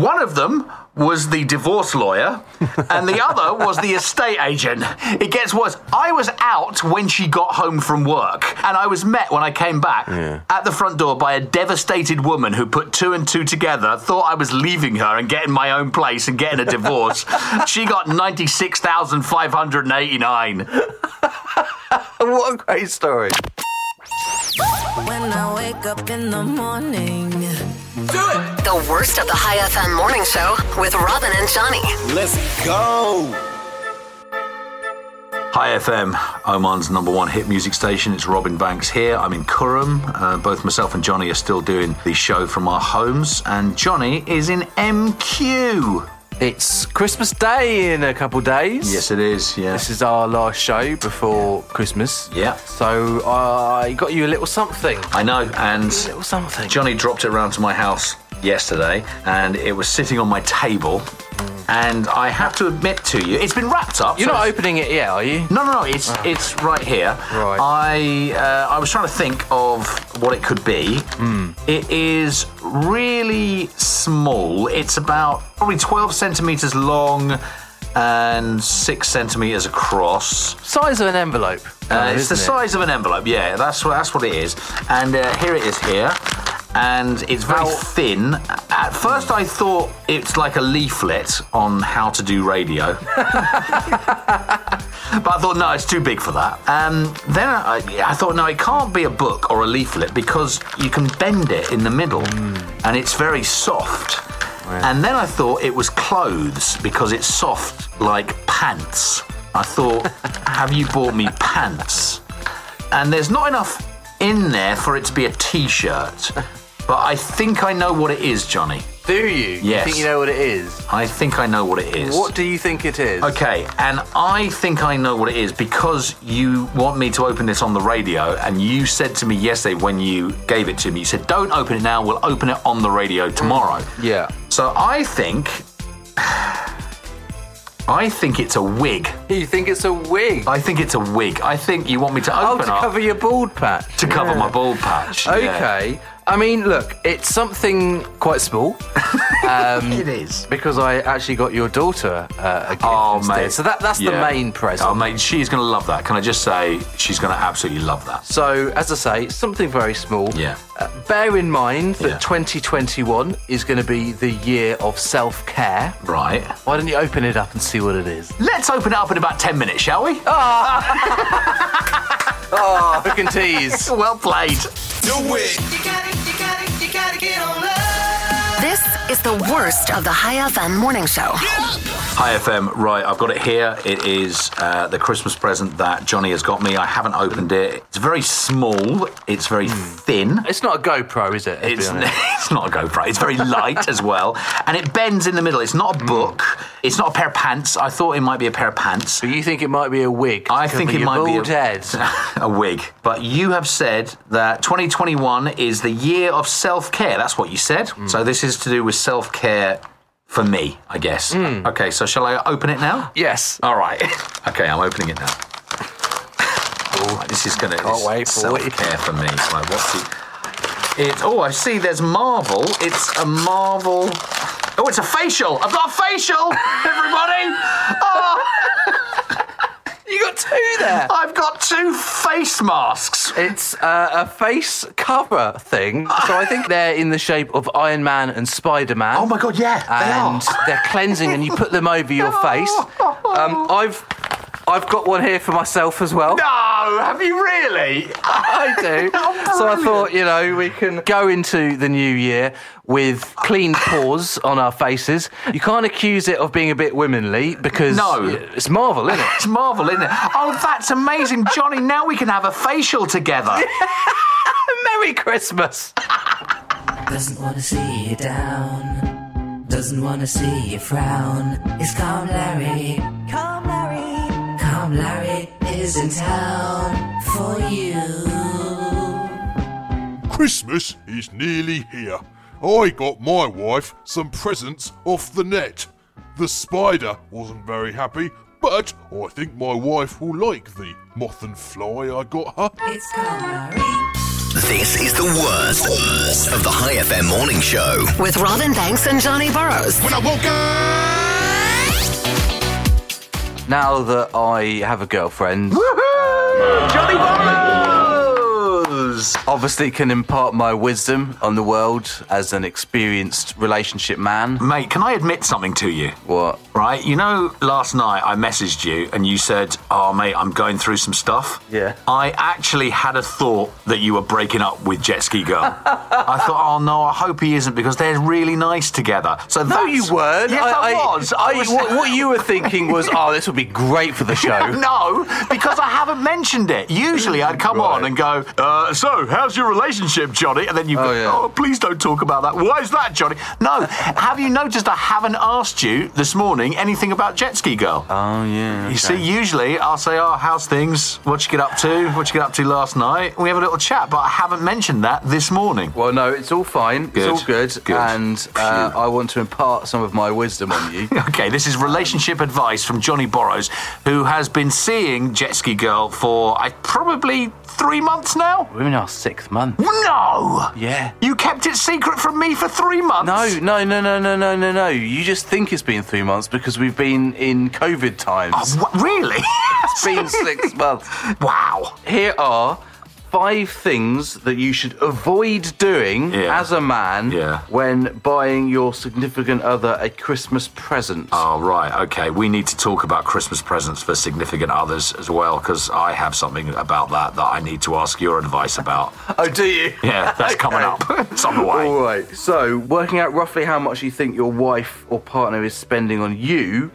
S3: One of them was the divorce lawyer, and the other was the estate agent. It gets worse. I was out when she got home from work, and I was met when I came back at the front door by a devastated woman who put two and two together, thought I was leaving her and getting my own place and getting a divorce. she got 96,589.
S4: what a great story.
S8: When I wake up in the morning.
S1: Do it! The worst of the High FM morning show with Robin and Johnny.
S3: Let's go! Hi FM, Oman's number one hit music station. It's Robin Banks here. I'm in Kurram. Uh, both myself and Johnny are still doing the show from our homes, and Johnny is in MQ.
S4: It's Christmas Day in a couple days. Yes,
S3: it is. Yeah.
S4: This is our last show before Christmas.
S3: Yeah.
S4: So uh, I got you a little something.
S3: I know, and
S4: little something.
S3: Johnny dropped it round to my house yesterday, and it was sitting on my table. And I have to admit to you, it's been wrapped up.
S4: You're
S3: so
S4: not
S3: it's-
S4: opening it yet, are you?
S3: No, no, no. It's
S4: Ah.
S3: it's right here.
S4: Right.
S3: I uh, I was trying to think of what it could be.
S4: Hmm.
S3: It is really small. It's about probably 12 centimeters long and six centimeters across.
S4: Size of an envelope.
S3: Uh, it's
S4: isn't
S3: the
S4: it?
S3: size of an envelope. Yeah, that's what that's what it is. And uh, here it is here. And it's very thin. At first, I thought it's like a leaflet on how to do radio, but I thought no, it's too big for that. Um, then I, I thought no, it can't be a book or a leaflet because you can bend it in the middle, and it's very soft. And then I thought it was clothes because it's soft like pants. I thought, have you bought me pants? And there's not enough in there for it to be a t shirt. But I think I know what it is, Johnny.
S4: Do you? You
S3: Yes.
S4: think you know what it is?
S3: I think I know what it is.
S4: What do you think it is?
S3: Okay, and I think I know what it is because you want me to open this on the radio, and you said to me yesterday when you gave it to me, you said, Don't open it now, we'll open it on the radio tomorrow.
S4: Yeah.
S3: So I think. I think it's a wig.
S4: You think it's a wig?
S3: I think it's a wig. I think you want me to open
S4: oh, to
S3: up
S4: cover your bald patch.
S3: to cover
S4: Yeah.
S3: my bald patch. yeah.
S4: Okay. I mean, look, it's something quite small. Um,
S3: It is.
S4: because I actually got your daughter uh, a gift.
S3: Oh,
S4: instead.
S3: mate.
S4: So that, that's
S3: Yeah.
S4: the main present.
S3: Oh, mate, she's going to love that. Can I just say, she's going to absolutely love that.
S4: So, as I say, something very small.
S3: Yeah.
S4: Uh, bear in mind that 2021 is going to be the year of self care.
S3: Right.
S4: Why don't you open it up and see what it is?
S3: Let's open it up in about 10 minutes, shall we?
S4: Oh, hook and tease.
S3: Well played.
S7: Do it.
S8: You gotta, you gotta, you gotta get on love.
S1: This is the worst of the High FM morning show.
S3: Hi FM, right, I've got it here. It is uh, the Christmas present that Johnny has got me. I haven't opened it. It's very small, it's very thin.
S4: It's not a GoPro, is it? Let's be
S3: It's,
S4: honest.
S3: it's not a GoPro. It's very light as well. And it bends in the middle. It's not a book. It's not a pair of pants. I thought it might be a pair of pants.
S4: But you think it might be a wig?
S3: I think it might be
S4: bald
S3: a-
S4: head.
S3: a wig. But you have said that 2021 is the year of self care. That's what you said. So this is to do with self care for me, I guess. Okay, so shall I open it now?
S4: yes.
S3: All right. Okay, I'm opening it now. Right, this is going to
S4: Can't wait for
S3: self
S4: it.
S3: care for me. It's like, what's the. It, oh, I see. There's Marvel. It's a Marvel. Oh, it's a facial. I've got a facial, everybody. Oh,
S4: You got two there.
S3: I've got two face masks.
S4: It's uh, a face cover thing. So I think they're in the shape of Iron Man and Spider Man.
S3: Oh my god, yeah,
S4: And
S3: they are.
S4: they're cleansing, and you put them over your face. Um, I've I've got one here for myself as well.
S3: No, have you really?
S4: I do.
S3: Oh,
S4: so I thought, you know, we can go into the new year with clean paws on our faces. You can't accuse it of being a bit womanly because
S3: No.
S4: it's Marvel, isn't it?
S3: It's Marvel, isn't it? Oh, that's amazing, Johnny. Now we can have a facial together.
S4: Merry Christmas.
S10: Doesn't wanna see you down. Doesn't wanna see you frown. It's Calm Larry. Calm Larry. Calm Larry is in town for you.
S11: Christmas is nearly here. I got my wife some presents off the net. The spider wasn't very happy, but I think my wife will like the moth and fly I got her.
S10: It's Calm Larry.
S6: This is the worst, worst of the High FM morning show.
S1: With Robin Banks and Johnny Burrows. When I woke
S4: Now that I have a girlfriend,
S14: Johnny
S4: Burrows obviously can impart my wisdom on the world as an experienced relationship man.
S3: Mate, can I admit something to you?
S4: What?
S3: Right? You know, last night I messaged you and you said, Oh, mate, I'm going through some stuff.
S4: Yeah.
S3: I actually had a thought that you were breaking up with Jet Ski Girl. I thought, Oh, no, I hope he isn't because they're really nice together. So
S4: No,
S3: that's-
S4: you weren't.
S3: Yes, I, was. I, was.
S4: What, what you were thinking was, oh, this would be great for the show.
S3: no, because I haven't mentioned it. Usually I'd come on and go, uh, So, how's your relationship, Johnny? And then you go, Oh, please don't talk about that. Why is that, Johnny? No, have you noticed I haven't asked you this morning anything about Jet Ski Girl?
S4: Oh, yeah.
S3: You see, usually I'll say, "Oh, how's things? What you get up to? What you get up to last night?" We have a little chat, but I haven't mentioned that this morning.
S4: Well, no, it's all fine.
S3: Good.
S4: It's all good.
S3: Good.
S4: And uh, I want to impart some of my wisdom on you.
S3: Okay, this is relationship advice from Johnny Borrows, who has been seeing Jet Ski Girl for I probably three months now.
S4: We're in our sixth month.
S3: No,
S4: Yeah.
S3: you kept it secret from me for three months.
S4: No, no, no, no, no, no, no, no. You just think it's been three months because we've been in COVID times.
S3: What, really?
S4: it's been six months.
S3: Wow.
S4: Here are five things that you should avoid doing as a man when buying your significant other a Christmas present.
S3: Oh, right. Okay. We need to talk about Christmas presents for significant others as well, because I have something about that that I need to ask your advice about.
S4: Oh, do you?
S3: Yeah, that's coming up. It's on the way.
S4: All right. So, working out roughly how much you think your wife or partner is spending on you,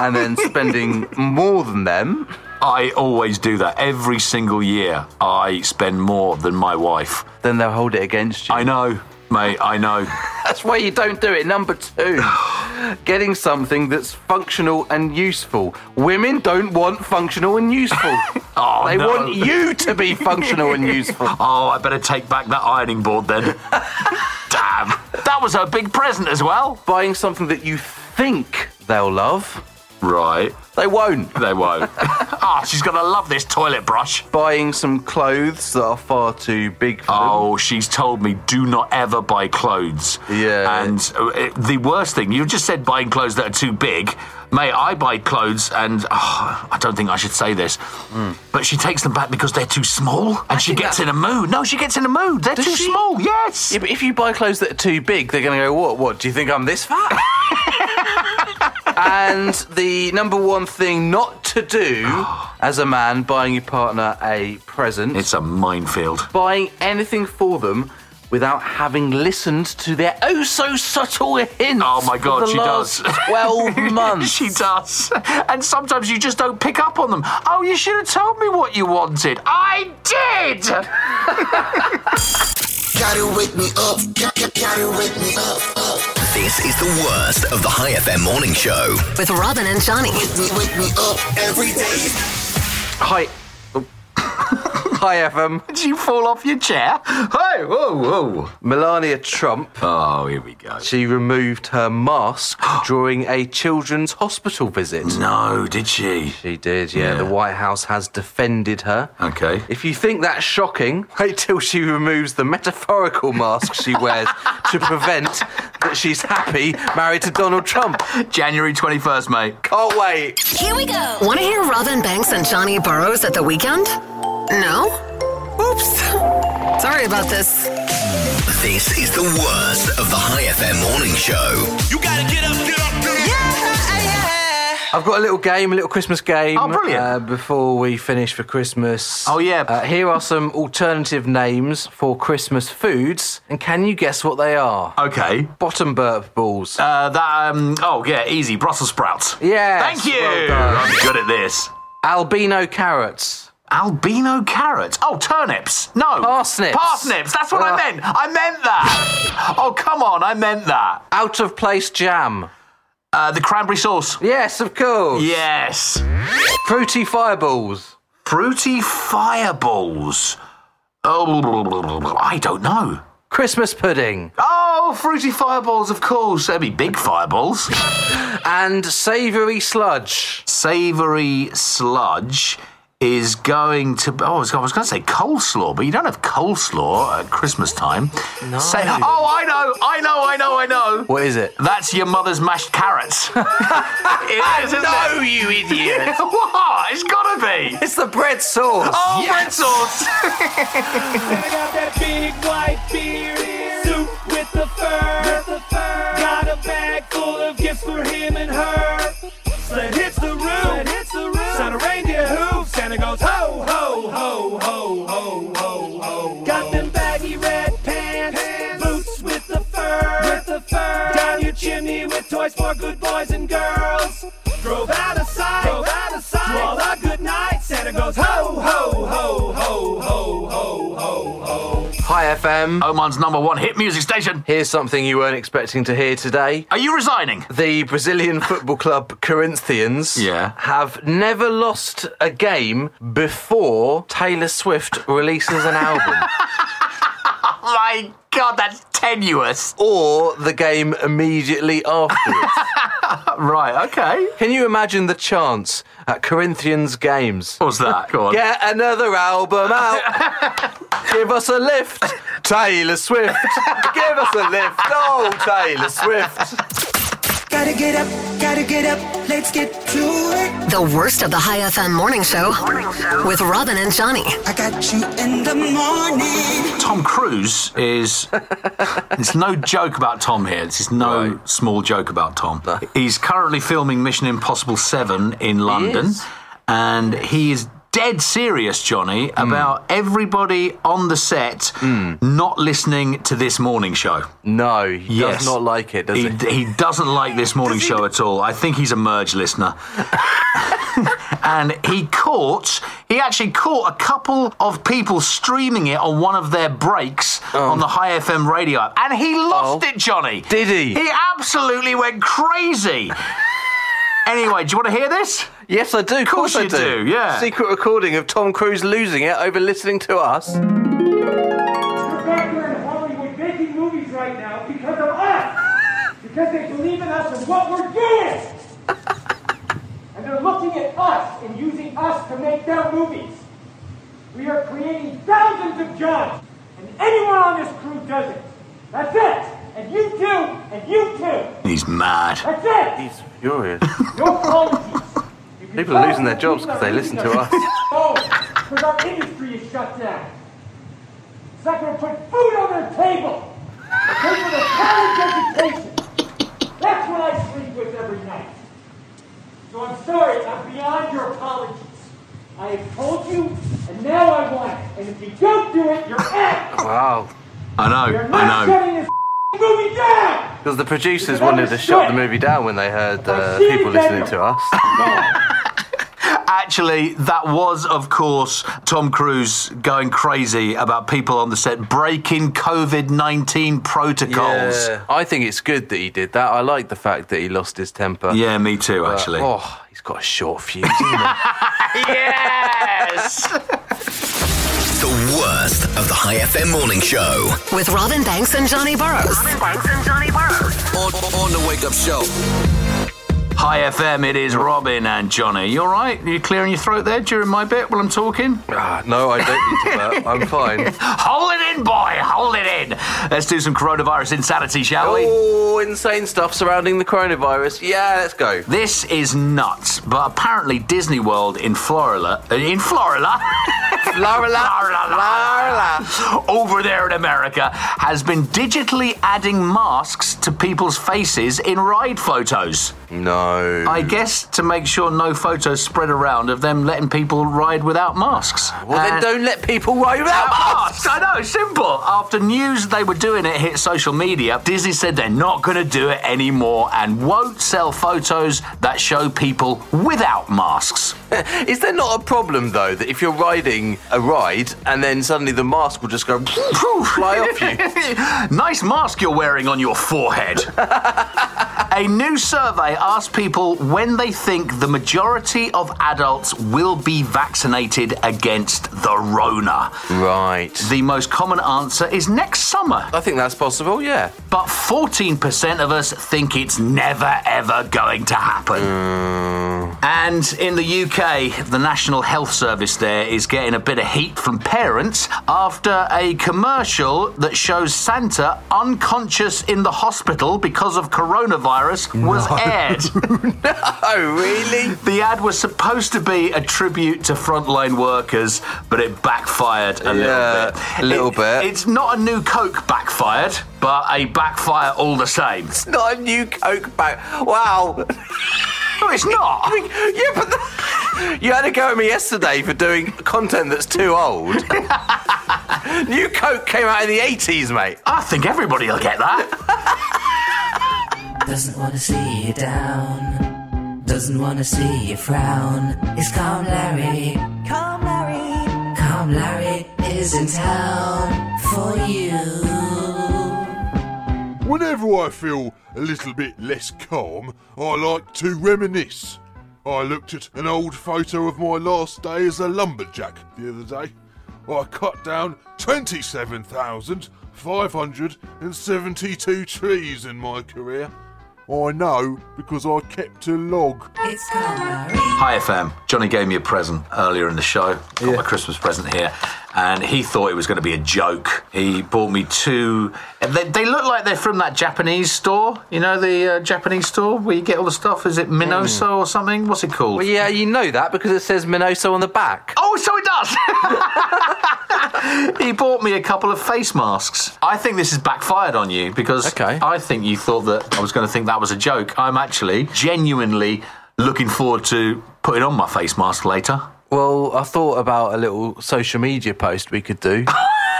S4: and then spending more than them.
S3: I always do that. Every single year, I spend more than my wife.
S4: Then they'll hold it against you.
S3: I know, mate. I know.
S4: That's why you don't do it. Number two, getting something that's functional and useful. Women don't want functional and useful.
S3: Oh,
S4: they
S3: no.
S4: want you to be functional and useful.
S3: Oh, I better take back that ironing board then. Damn. That was her big present as well.
S4: Buying something that you think they'll love.
S3: Right.
S4: They won't.
S3: They won't. Ah, she's going to love this toilet brush.
S4: Buying some clothes that are far too big for them.
S3: Oh, she's told me do not ever buy clothes.
S4: Yeah.
S3: And uh, it, the worst thing, you just said buying clothes that are too big. Mate, I buy clothes and oh, I don't think I should say this,
S4: Hmm.
S3: but she takes them back because they're too small and she gets in a mood. No, she gets in a mood. They're
S4: Does
S3: too
S4: she?
S3: small. Yes.
S4: Yeah, but if you buy clothes that are too big, they're going to go, what, what, do you think I'm this fat? and the number one thing not to do as a man buying your partner a present
S3: It's a minefield.
S4: buying anything for them without having listened to their oh so subtle hints.
S3: Oh my
S4: for
S3: God,
S4: the
S3: she
S4: last
S3: does.
S4: Twelve months.
S3: she does. And sometimes you just don't pick up on them. Oh, you should have told me what you wanted. I did.
S6: Gotta wake me up. Gotta wake me up. This is the worst of the High FM morning show.
S1: With Robin and Johnny.
S6: Wake me up every day.
S4: Hi. oh. Hi, FM.
S3: Did you fall off your chair? Hey, whoa, whoa.
S4: Melania Trump.
S3: Oh, here we go.
S4: She removed her mask during a children's hospital visit.
S3: No, did she?
S4: She did, yeah. The White House has defended her.
S3: Okay.
S4: If you think that's shocking, wait till she removes the metaphorical mask she wears to prevent that she's happy married to Donald Trump.
S3: January 21st, mate.
S4: Can't wait.
S1: Here we go. Want to hear Robin Banks and Johnny Burrows at the weekend? No? Oops. Sorry about this.
S6: This is the worst of the High FM morning show.
S7: You gotta get up, get up, get up.
S4: I've got a little game, a little Christmas game.
S3: Oh, brilliant.
S4: Uh, before we finish for Christmas.
S3: Oh, yeah.
S4: Uh, here are some alternative names for Christmas foods, and can you guess what they are?
S3: Okay.
S4: Bottom burp balls.
S3: Uh, that, um, oh, yeah, easy. Brussels sprouts.
S4: Yes,
S3: Thank you.
S4: well done.
S3: I'm good at this.
S4: Albino carrots.
S3: Albino carrots. Oh, turnips. No.
S4: Parsnips.
S3: Parsnips. That's what I
S4: Ah.
S3: meant. I meant that. oh, come on. I meant that.
S4: Out of place jam.
S3: Uh, the cranberry sauce.
S4: Yes, of course.
S3: Yes.
S4: Fruity fireballs.
S3: Fruity fireballs. Oh, I don't know.
S4: Christmas pudding.
S3: Oh, fruity fireballs, of course. That'd be big fireballs.
S4: And savoury sludge.
S3: Savoury sludge is going to. Oh, I was going to say coleslaw, but you don't have coleslaw at Christmas time.
S14: No.
S3: Say, oh, I know, I know, I know, I know.
S4: What is it?
S3: That's your mother's mashed carrots. I
S14: know, you idiot.
S3: what? It's gotta be.
S4: It's the bread sauce.
S14: Oh,
S3: Yes.
S14: bread sauce.
S7: I got that big white beard, soup with the fur. Got a bag full of gifts for him and her. Sled hits the roof. Santa reindeer hooves. Santa goes ho ho ho ho ho ho ho. Got them baggy red pants, boots with the fur. With the fur. Down your chimney with toys for good boys and girls. Drove out of sight. Drove out of sight. To all a good night. Santa goes ho ho ho ho ho ho ho ho.
S4: Hi FM.
S3: Oman's number one hit music station.
S4: Here's something you weren't expecting to hear today.
S3: Are you resigning?
S4: The Brazilian football club Corinthians
S3: Yeah.
S4: have never lost a game before Taylor Swift releases an album.
S3: My God, that's tenuous.
S4: Or the game immediately afterwards.
S3: right, okay.
S4: Can you imagine the chance at Corinthians games?
S3: What's that? Go on.
S4: Get another album out. Give us a lift, Taylor Swift. Give us a lift, oh Taylor Swift.
S19: Gotta get up, gotta get up, let's get to it.
S1: The worst of the High FM morning show, with Robin and Johnny.
S19: I got you in the morning.
S3: Tom Cruise is. it's no joke about Tom here. This is no small joke about Tom. He's currently filming Mission Impossible 7 in London.
S4: is.
S3: And he is dead serious, Johnny, about everybody on the set not listening to this morning show.
S4: No, he
S3: Yes.
S4: does not like it, does he?
S3: He doesn't like this morning show at all. I think he's a merge listener. and he caught, he actually caught a couple of people streaming it on one of their breaks on the High FM radio app. And he lost it, Johnny.
S4: Oh. Did he?
S3: He absolutely went crazy. anyway, do you want to hear this?
S4: Yes, I do. Of
S3: course
S4: course,
S3: you
S4: I do.
S3: do, yeah.
S4: Secret recording of Tom Cruise losing it over listening to us.
S7: We're back here in Hollywood making movies right now because of us. Because they believe in us and what we're doing. And they're looking at us and using us to make their movies. We are creating thousands of jobs. And anyone on this crew does it. That's it. And you too. And you too.
S3: He's mad.
S7: That's it.
S4: He's furious.
S7: No apologies.
S4: People are losing their jobs because they listen to us.
S7: Because Oh, our industry is shut down. It's not going to put food on their table. Pay for their college education. That's what I sleep with every night. So I'm sorry, I'm beyond your apologies. I have told you, and now I want it. And if you don't do it, you're out.
S4: Wow.
S3: I
S7: You're
S3: know,
S7: not
S3: I know.
S7: shutting this movie down.
S4: Because the producers wanted to shut the movie down when they heard uh,
S7: see
S4: people
S7: you later.
S4: listening to us.
S3: Actually, that was, of course, Tom Cruise going crazy about people on the set breaking COVID 19 protocols.
S4: Yeah. I think it's good that he did that. I like the fact that he lost his temper.
S3: Yeah, me too,
S4: But,
S3: actually.
S4: oh, he's got a short fuse. isn't he?
S3: yes!
S6: The worst of the High FM morning show.
S1: With Robin Banks and Johnny Burrows. Robin Banks and Johnny Burrows.
S6: On, on the Wake Up Show.
S3: Hi, FM, it is Robin and Johnny. You all right? You clearing your throat there during my bit while I'm talking?
S4: Ah, no, I don't need to. Burp. I'm fine.
S3: Hold it in, boy! Hold it in! Let's do some coronavirus insanity, shall we?
S4: Oh, insane stuff surrounding the coronavirus. Yeah, let's go.
S3: This is nuts, but apparently Disney World in Florida, uh, in Florida, Florida, over there in America, has been digitally adding masks to people's faces in ride photos.
S4: No.
S3: I guess to make sure no photos spread around of them letting people ride without masks.
S4: Well, then
S3: And-
S4: don't let people worry about
S3: masks. I know, simple. After news they were doing it hit social media, Disney said they're not going to do it anymore and won't sell photos that show people without masks.
S4: Is there not a problem though that if you're riding a ride and then suddenly the mask will just go fly off you?
S3: nice mask you're wearing on your forehead. A new survey asked people when they think the majority of adults will be vaccinated against the Rona.
S4: Right.
S3: The most common answer is next summer.
S4: I think that's possible, yeah.
S3: But 14% of us think it's never ever going to happen. And in the UK, the National Health Service there is getting a bit of heat from parents after a commercial that shows Santa unconscious in the hospital because of coronavirus was aired.
S4: no, Oh, really?
S3: The ad was supposed to be a tribute to frontline workers, but it backfired
S4: Yeah,
S3: a little bit.
S4: a little
S3: It-
S4: bit.
S3: It's not a new Coke backfired, but a backfire all the same.
S4: It's not a new Coke back. Wow.
S3: No, it's not.
S4: yeah, but the- you had a go at me yesterday for doing content that's too old. new Coke came out in the 80s, mate.
S3: I think everybody will get that.
S10: Doesn't wanna see you down. Doesn't wanna see you frown. It's Calm Larry. Calm Larry. Calm Larry is in town for you.
S11: Whenever I feel a little bit less calm, I like to reminisce. I looked at an old photo of my last day as a lumberjack the other day. I cut down 27,572 trees in my career. I know because I kept a log.
S10: It's Calm Larry.
S3: Hi FM. Johnny gave me a present earlier in the show. Got my Christmas present here, and he thought it was going to be a joke. He bought me two. They, they look like they're from that Japanese store. You know the uh, Japanese store where you get all the stuff. Is it Minoso or something? What's it called?
S4: Well, yeah, you know that because it says Minoso on the back.
S3: Oh, so it does. he bought me a couple of face masks. I think this has backfired on you because I think you thought that I was going to think that was a joke. I'm actually genuinely looking forward to putting on my face mask later.
S4: Well, I thought about a little social media post we could do.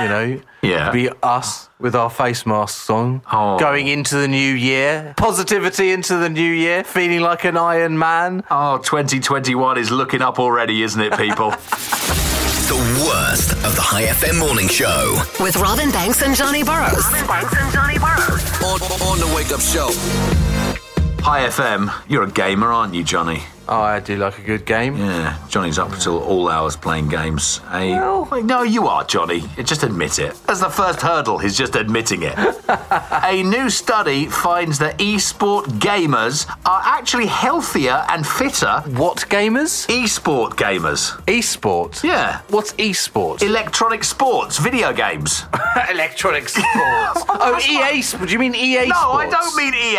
S4: You know,
S3: Yeah.
S4: be us with our face masks on, going into the new year, positivity into the new year, feeling like an Iron Man.
S3: Oh, 2021 is looking up already, isn't it, people?
S6: The worst of the High FM morning show.
S1: With Robin Banks and Johnny Burrows. Robin Banks and Johnny Burrows.
S6: On, on the Wake Up Show.
S3: Hi FM, you're a gamer, aren't you, Johnny?
S4: Oh, I do like a good game.
S3: Yeah, Johnny's up till all hours playing games. eh? no, you are, Johnny. Just admit it. That's the first hurdle, is just admitting it. a new study finds that esport gamers are actually healthier and fitter.
S4: What gamers?
S3: Esport gamers.
S4: Esport?
S3: Yeah.
S4: What's esport?
S3: Electronic sports, video games.
S4: Electronic sports. oh, EA. Sp- Do you mean EA?
S3: No, I
S4: Sports?
S3: don't mean E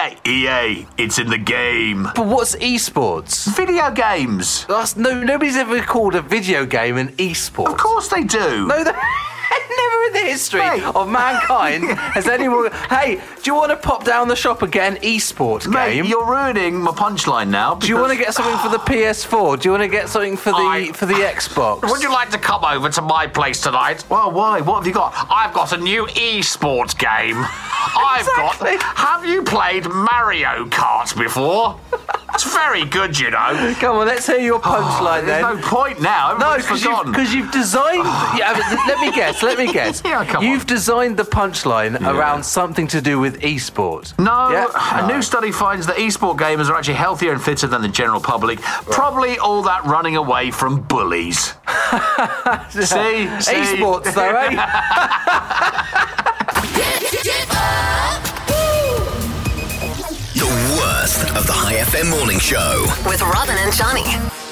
S3: EA. EA, it's in the game.
S4: But what's esports?
S3: Video games.
S4: That's no. Nobody's ever called a video game an esport.
S3: Of course they do.
S4: No, they never in the history of mankind has anyone. hey, do you want to pop down the shop and get an esport
S3: Mate,
S4: game?
S3: you're ruining my punchline now.
S4: do you want to get something for the PS4? Do you want to get something for the
S3: I-
S4: for the Xbox?
S3: Would you like to come over to my place tonight? Well, why? What have you got? I've got a new esports game. I've
S4: Exactly.
S3: got. Have you played Mario Kart before? It's very good, you know.
S4: Come on, let's hear your punchline
S3: Oh, There's
S4: then.
S3: no point now.
S4: No,
S3: Everyone's
S4: because you've,
S3: Oh, forgotten. Ah.
S4: 'cause you've designed. yeah, but let me guess. Let me guess.
S3: Yeah, come
S4: you've designed the punchline around something to do with esport.
S3: No,
S4: Yeah?
S3: a new study finds that esport gamers are actually healthier and fitter than the general public. Probably all that running away from bullies. see, see,
S4: esports though, eh?
S6: The worst of the High FM morning show.
S1: With Robin and Johnny.